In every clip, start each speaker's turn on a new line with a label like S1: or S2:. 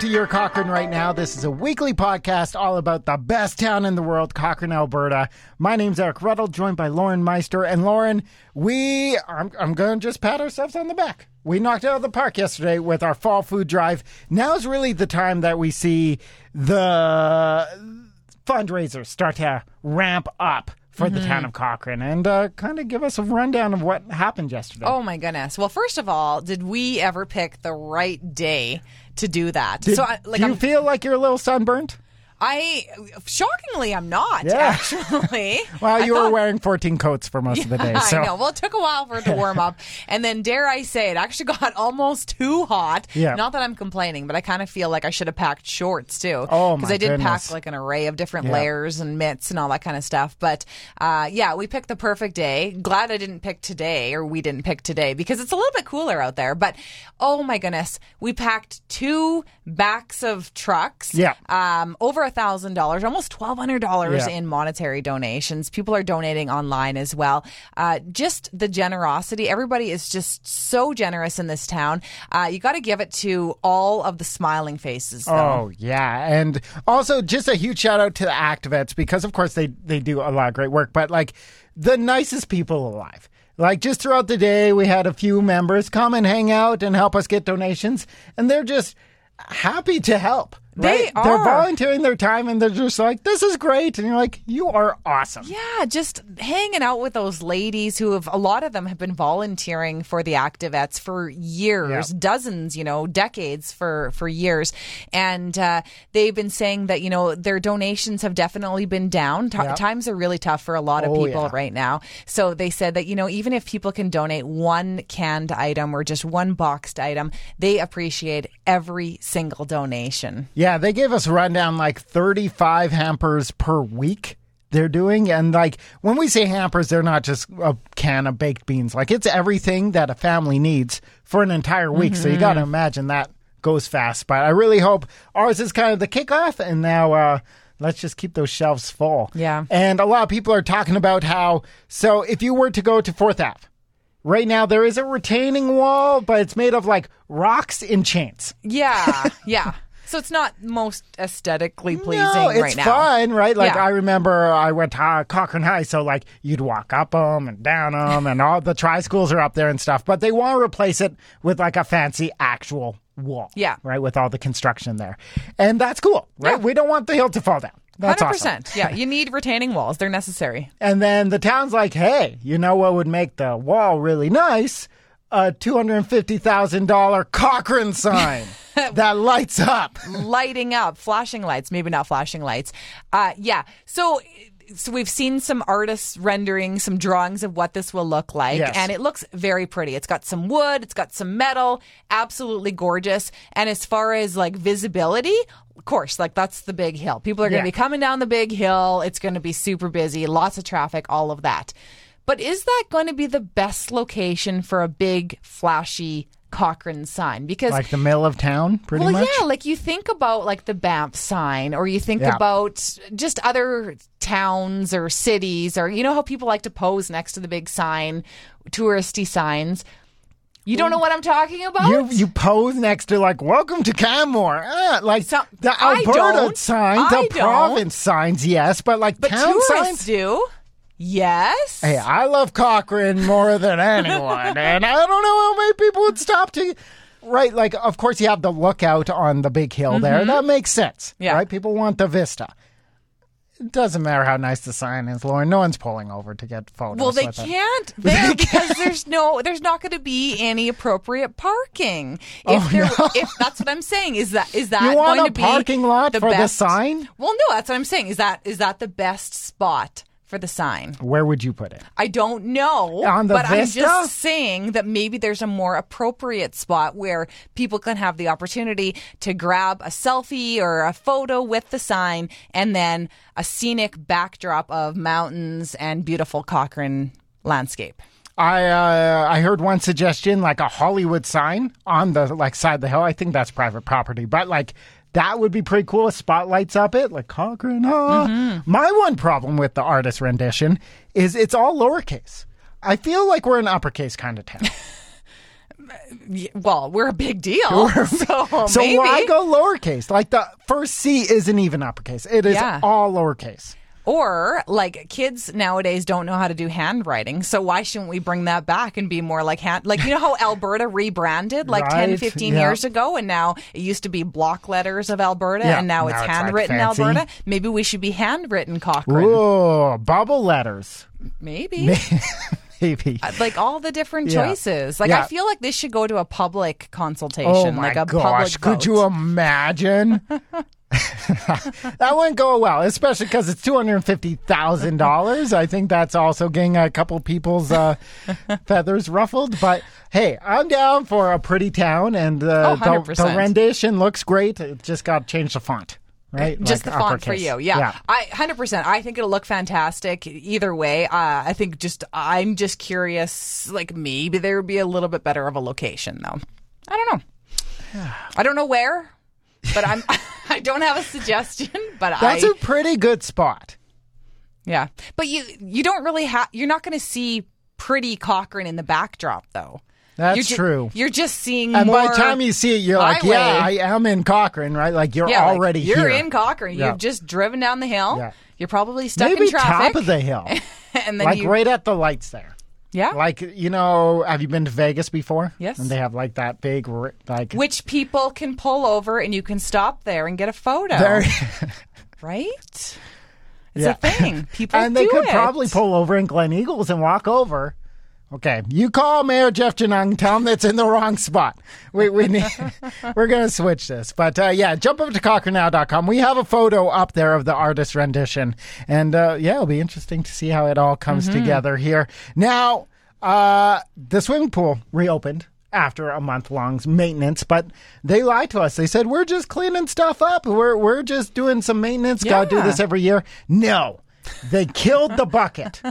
S1: to Your Cochrane Right Now. This is a weekly podcast all about the best town in the world, Cochrane, Alberta. My name's Eric Ruddle, joined by Lauren Meister. And Lauren, we, I'm, I'm going to just pat ourselves on the back. We knocked it out of the park yesterday with our fall food drive. Now's really the time that we see the fundraisers start to ramp up for the
S2: Mm-hmm.
S1: town of Cochrane and uh, kind of give us a rundown of what happened yesterday.
S2: Oh my goodness. Well, first of all, did we ever pick the right day to do that?
S1: Did-
S2: so I, like
S1: do you
S2: I'm,
S1: feel like you're a little sunburnt?
S2: I shockingly I'm not
S1: Yeah.
S2: actually.
S1: Well,
S2: I
S1: you were
S2: thought-
S1: wearing 14 coats for most of the day. So
S2: I know. Well, it took a while for it to warm up. And then, dare I say, it actually got almost too hot.
S1: Yeah.
S2: Not that I'm complaining, but I kind of feel like I should have packed shorts too.
S1: Oh,
S2: Because
S1: my
S2: I did
S1: goodness.
S2: pack like an array of different
S1: Yeah.
S2: layers and mitts and all that kind of stuff. But uh, yeah, we picked the perfect day. Glad I didn't pick today or we didn't pick today because it's a little bit cooler out there. But oh my goodness, we packed two backs of trucks.
S1: Yeah.
S2: Um, over a thousand dollars, almost twelve hundred dollars
S1: Yeah.
S2: in monetary donations. People are donating online as well. Uh, just the generosity. Everybody is just so generous in this town. Uh, you got to give it to all of the smiling faces. Though.
S1: Oh yeah, and also just a huge shout out to the ActiVets because of course they they do a lot of great work, but like the nicest people alive. Like just throughout the day, we had a few members come and hang out and help us get donations, and they're just happy to help.
S2: They
S1: right? They're
S2: are.
S1: volunteering their time, and they're just like, "This is great," and you're like, "You are awesome."
S2: Yeah, just hanging out with those ladies who have a lot of them have been volunteering for the Activettes for years,
S1: Yeah.
S2: dozens, you know, decades for for years, and uh, they've been saying that you know their donations have definitely been down. T-
S1: Yeah.
S2: Times are really tough for a lot of
S1: Oh,
S2: people
S1: yeah.
S2: right now, so they said that you know even if people can donate one canned item or just one boxed item, they appreciate every single donation.
S1: Yeah, they gave us a rundown like 35 hampers per week they're doing. And like when we say hampers, they're not just a can of baked beans. Like it's everything that a family needs for an entire week. So you got to imagine that goes fast. But I really hope ours is kind of the kickoff. And now, uh, Let's just keep those shelves full.
S2: Yeah.
S1: And a lot of people are talking about how, so if you were to go to Fourth Ave, right now there is a retaining wall, but it's made of like rocks and chains.
S2: Yeah, yeah. So it's not most aesthetically pleasing
S1: No, it's
S2: right now.
S1: fun, right? Like
S2: Yeah.
S1: I remember I went to uh, Cochrane High, so like you'd walk up them and down them, and all the tri schools are up there and stuff. But they want to replace it with like a fancy actual wall,
S2: Yeah.
S1: right, with all the construction there, and that's cool, right?
S2: Yeah.
S1: We don't want the hill to fall down. That's
S2: Hundred
S1: awesome.
S2: percent. Yeah, you need retaining walls; they're necessary.
S1: And then the town's like, hey, you know what would make the wall really nice? A two hundred fifty thousand dollar Cochrane sign that lights up.
S2: Lighting up, flashing lights, maybe not flashing lights. Uh, yeah. So. So we've seen some artists rendering some drawings of what this will look like,
S1: Yes.
S2: and it looks very pretty. It's got some wood, it's got some metal, absolutely gorgeous. And as far as like visibility, of course, like that's the big hill. People are going
S1: Yeah.
S2: to be coming down the big hill. It's going to be super busy, lots of traffic, all of that. But is that going to be the best location for a big flashy Cochrane sign? Because
S1: Like the middle of town, pretty
S2: well,
S1: much.
S2: yeah, like you think about like the Banff sign, or you think
S1: Yeah.
S2: about just other towns or cities, or you know how people like to pose next to the big sign, touristy signs. You don't know what I'm talking about?
S1: You you pose next to like "Welcome to Canmore," uh, like
S2: So-
S1: the
S2: I
S1: Alberta
S2: don't.
S1: signs,
S2: I
S1: the
S2: don't.
S1: province signs, yes, but like
S2: but
S1: town
S2: tourists
S1: signs.
S2: do. Yes.
S1: Hey, I love Cochrane more than anyone, and I don't know how many people would stop to. Right, like of course you have the lookout on the big hill there. That makes sense,
S2: Mm-hmm. Yeah.
S1: right? People want the vista. It doesn't matter how nice the sign is, Lauren. No one's pulling over to get photos.
S2: Well, they
S1: with it.
S2: can't there because there's no, there's not going to be any appropriate parking. If there, if that's what I'm saying, is that is that
S1: Oh, You want
S2: going
S1: a
S2: to be
S1: parking lot
S2: the
S1: for the
S2: best-
S1: sign?
S2: Well, no, that's what I'm saying. Is that is that the best spot for the sign?
S1: Where would you put it?
S2: I don't know,
S1: On the
S2: but
S1: Vista?
S2: I'm just saying that maybe there's a more appropriate spot where people can have the opportunity to grab a selfie or a photo with the sign, and then a scenic backdrop of mountains and beautiful Cochrane landscape.
S1: I uh, I heard one suggestion like a Hollywood sign on the like side of the hill. I think that's private property, but like that would be pretty cool. Spotlights up it like Cochrane. huh?
S2: Mm-hmm.
S1: My one problem with the artist rendition is it's all lowercase. I feel like we're an uppercase kind of town.
S2: Y- Well, we're a big deal. so
S1: So
S2: Oh, maybe.
S1: why go lowercase? Like the first C isn't even uppercase. It is
S2: Yeah.
S1: all lowercase.
S2: Or like kids nowadays don't know how to do handwriting, so why shouldn't we bring that back and be more like hand? Like you know how Alberta rebranded like ten,
S1: Right,
S2: fifteen 10, 15
S1: yeah.
S2: years ago, and now it used to be block letters of Alberta,
S1: Yeah,
S2: and now it's
S1: now it's, like,
S2: handwritten
S1: fancy.
S2: Alberta. Maybe we should be handwritten Cochrane.
S1: Ooh, bubble letters.
S2: Maybe.
S1: Maybe.
S2: like all the different
S1: Yeah.
S2: choices. Like I
S1: Yeah.
S2: feel like this should go to a public consultation,
S1: Oh my
S2: like a
S1: gosh!
S2: public
S1: Could
S2: vote.
S1: you imagine? that wouldn't go well, especially because it's two hundred fifty thousand dollars. I think that's also getting a couple people's uh, feathers ruffled. But hey, I'm down for a pretty town, and uh,
S2: Oh,
S1: the, the
S2: 100%.
S1: rendition looks great. It just got to change the font, right?
S2: just
S1: Like
S2: the font for
S1: uppercase.
S2: you. Yeah. I 100%. I think it'll look fantastic either way. Uh, I think just I'm just curious like maybe there would be a little bit better of a location though. I don't know. I don't know where, but I'm I don't have a suggestion, but
S1: that's
S2: I
S1: a pretty good spot.
S2: Yeah. But you you don't really have you're not going to see pretty Cochrane in the backdrop though.
S1: That's
S2: You're ju-
S1: true.
S2: You're just seeing
S1: And
S2: more
S1: by the time you see it, you're like,
S2: highway.
S1: "Yeah, I am in Cochrane, right?" Like you're
S2: Yeah, like,
S1: already
S2: you're
S1: here.
S2: in Cochrane.
S1: Yeah.
S2: You've just driven down the hill.
S1: Yeah.
S2: You're probably stuck
S1: Maybe
S2: in traffic.
S1: top of the hill,
S2: and then
S1: like
S2: you,
S1: right at the lights there.
S2: yeah.
S1: Like you know, have you been to Vegas before?
S2: Yes.
S1: And they have like that big r- like
S2: which people can pull over and you can stop there and get a photo.
S1: very-
S2: Right? It's
S1: Yeah.
S2: a thing. People
S1: and they
S2: do
S1: could
S2: it.
S1: probably pull over in Glen Eagles and walk over. Okay, you call Mayor Jeff Janung and tell him that's in the wrong spot. We, we need, we're going to switch this. But uh, yeah, jump over to cockernow.com. We have a photo up there of the artist rendition. And uh, yeah, it'll be interesting to see how it all comes together here. Now, uh, the swimming pool reopened after a month long maintenance, but they lied to us. They said, we're just cleaning stuff up. We're, we're just doing some maintenance. Got to do
S2: Yeah.
S1: this every year. No, they killed the bucket.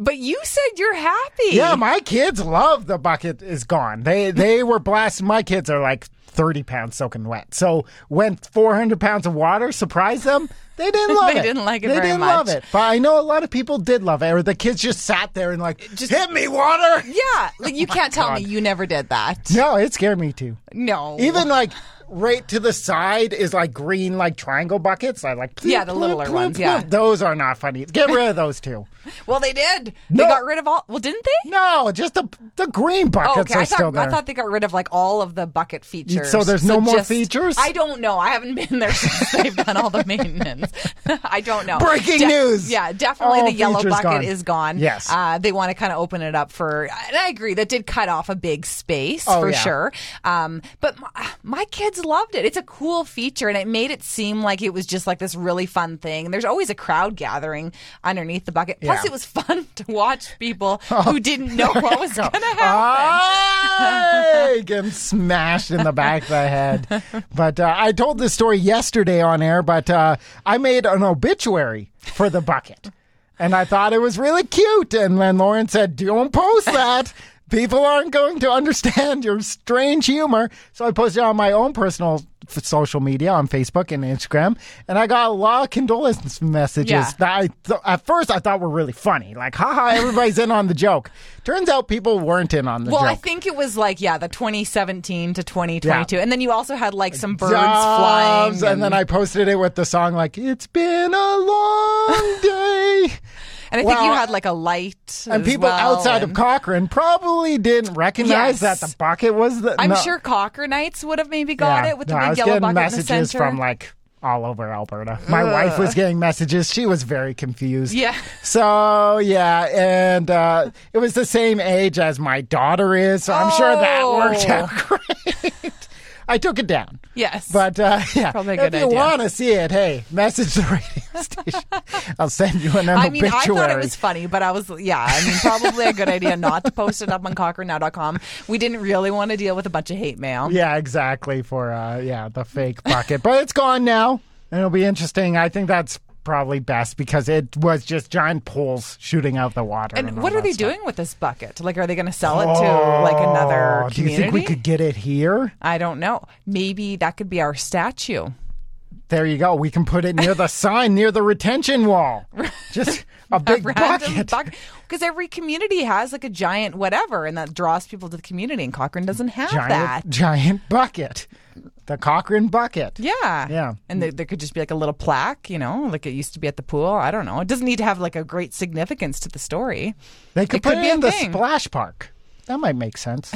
S2: But you said you're happy.
S1: Yeah, my kids love the bucket is gone. They they were blasted. My kids are like thirty pounds soaking wet. So when four hundred pounds of water surprised them, they didn't love
S2: They
S1: it.
S2: didn't like it
S1: They
S2: very
S1: didn't
S2: much.
S1: love it. But I know a lot of people did love it. Or the kids just sat there and like just hit me water.
S2: Yeah.
S1: Oh
S2: Like you can't tell me you never did that.
S1: No, it scared me too.
S2: No.
S1: Even like right to the side is like green like triangle buckets. I like
S2: Yeah, the littler ones, yeah.
S1: those are not funny. Get rid of those too.
S2: well, they did.
S1: No.
S2: They got rid of all. Well, didn't they?
S1: No, just the the green buckets
S2: Oh, okay.
S1: are
S2: I
S1: still
S2: thought,
S1: there.
S2: I thought they got rid of like all of the bucket features.
S1: So there's no more
S2: just-
S1: features?
S2: I don't know. I haven't been there since they've done all the maintenance. I don't know.
S1: Breaking news.
S2: Yeah, definitely
S1: All
S2: the yellow
S1: features
S2: bucket
S1: gone.
S2: is gone.
S1: Yes.
S2: Uh, they want to kind of open it up for, and I agree, that did cut off a big space
S1: Oh,
S2: for
S1: yeah.
S2: sure. Um, but my, my kids loved it. It's a cool feature, and it made it seem like it was just like this really fun thing. And there's always a crowd gathering underneath the bucket. Plus,
S1: Yeah. Oh.
S2: it was fun to watch people who didn't know what was going to happen.
S1: I getting smashed in the back of the head. But uh, I told this story yesterday on air, but uh, I made an obituary for the bucket. And I thought it was really cute. And then Lauren said, Don't post that. People aren't going to understand your strange humor. So I posted it on my own personal f- social media on Facebook and Instagram. And I got a lot of condolence messages
S2: Yeah.
S1: that I th- at first I thought were really funny. Like, haha, everybody's in on the joke. Turns out people weren't in on the
S2: Well,
S1: joke.
S2: I think it was like yeah, the 2017 to 2022,
S1: Yeah.
S2: and then you also had like some birds flying,
S1: Doves, and then I posted it with the song like "It's been a long day,"
S2: and I think you
S1: well,
S2: had like a light,
S1: and people outside of Cochrane probably didn't recognize
S2: Yes.
S1: that the bucket was the.
S2: I'm
S1: no.
S2: sure Cocker Knights would have maybe got
S1: Yeah.
S2: it with
S1: No,
S2: the
S1: I
S2: big
S1: was
S2: yellow
S1: getting
S2: bucket
S1: messages
S2: in the center.
S1: from like all over Alberta. My wife was getting messages. She was very confused.
S2: Yeah.
S1: So yeah, and uh, it was the same age as my daughter is, so I'm sure that
S2: Oh.
S1: worked out great. I took it down.
S2: yes,
S1: But uh, yeah,
S2: Probably a
S1: if
S2: good
S1: you
S2: idea.
S1: want to see it, hey, message the radio station. I'll send you an
S2: I mean, I
S1: obituary.
S2: thought it was funny, but I was, yeah, I mean, probably a good idea not to post it up on cockernow.com. We didn't really want to deal with a bunch of hate mail.
S1: yeah, exactly for uh, yeah the fake bucket, but it's gone now, and it'll be interesting. I think that's probably best because it was just giant pools shooting out the water. And,
S2: And
S1: all
S2: what are
S1: that
S2: they
S1: stuff.
S2: doing with this bucket? Like, are they going to sell it to like another
S1: Oh, do you
S2: community?
S1: think we could get it here?
S2: I don't know. Maybe that could be our statue.
S1: There you go. We can put it near the sign, near the retention wall. Just a big
S2: random
S1: bucket.
S2: Because every community has like a giant whatever, and that draws people to the community. And Cochrane doesn't have
S1: giant,
S2: that.
S1: giant bucket. The Cochrane bucket.
S2: Yeah.
S1: Yeah.
S2: And there, there could just be like a little plaque, you know, like it used to be at the pool. I don't know. It doesn't need to have like a great significance to the story.
S1: They could
S2: It
S1: put
S2: could
S1: it
S2: be a
S1: in the
S2: thing.
S1: splash park. That might make sense.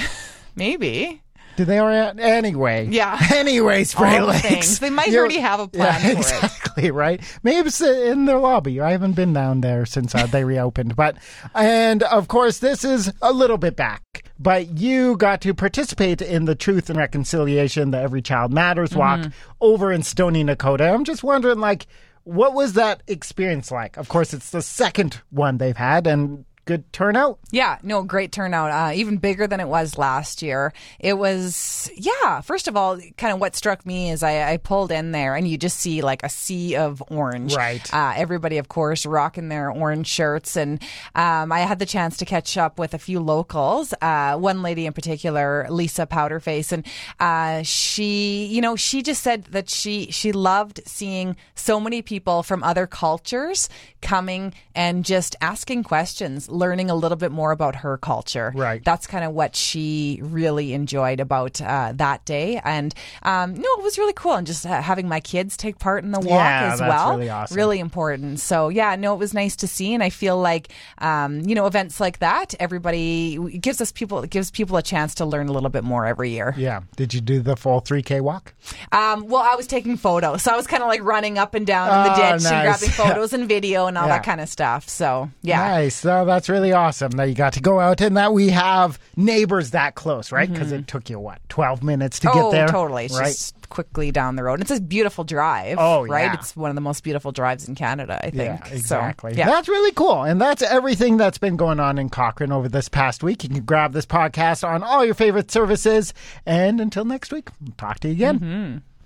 S2: Maybe.
S1: Do they already? Anyway.
S2: Yeah.
S1: Anyway, Spray
S2: All the
S1: Lakes.
S2: things. They might already have a plan for it.
S1: exactly, right? Maybe it's in their lobby. I haven't been down there since uh, they reopened. But, and of course, this is a little bit back. But you got to participate in the Truth and Reconciliation, the Every Child
S2: Mm-hmm.
S1: Matters walk over in Stony Nakota. I'm just wondering, like, what was that experience like? Of course, it's the second one they've had and good turnout.
S2: Yeah, no, great turnout. Uh, even bigger than it was last year. It was, yeah, first of all, kind of what struck me is I, I pulled in there and you just see like a sea of orange.
S1: Right.
S2: Uh, everybody, of course, rocking their orange shirts. And um, I had the chance to catch up with a few locals, uh, one lady in particular, Lisa Powderface. And uh, she, you know, she just said that she, she loved seeing so many people from other cultures coming and just asking questions, learning a little bit more about her culture.
S1: Right.
S2: That's kind of what she really enjoyed about uh, that day. And um, no, it was really cool. And just uh, having my kids take part in the walk
S1: Yeah,
S2: as
S1: that's
S2: well.
S1: really awesome.
S2: Really important. So yeah, no, it was nice to see, and I feel like um, you know events like that, everybody it gives us people it gives people a chance to learn a little bit more every year.
S1: Yeah. Did you do the full 3K walk?
S2: Um, well, I was taking photos, so I was kind of like running up and down in the
S1: Oh,
S2: ditch and
S1: nice.
S2: grabbing photos and video and all
S1: Yeah.
S2: that kind of stuff. So yeah.
S1: Nice. So that's really awesome that you got to go out and that we have neighbors that close, right? Because it took you, what, 12 minutes to
S2: Mm-hmm. Oh,
S1: get there?
S2: totally. It's
S1: right.
S2: just quickly down the road. It's a beautiful drive.
S1: Oh,
S2: right.
S1: yeah.
S2: It's one of the most beautiful drives in Canada, I
S1: yeah,
S2: think. So,
S1: exactly.
S2: yeah.
S1: That's really cool. And that's everything that's been going on in Cochrane over this past week. You can
S2: Mm-hmm.
S1: grab this podcast on all your favorite services. And until next week, talk to you again.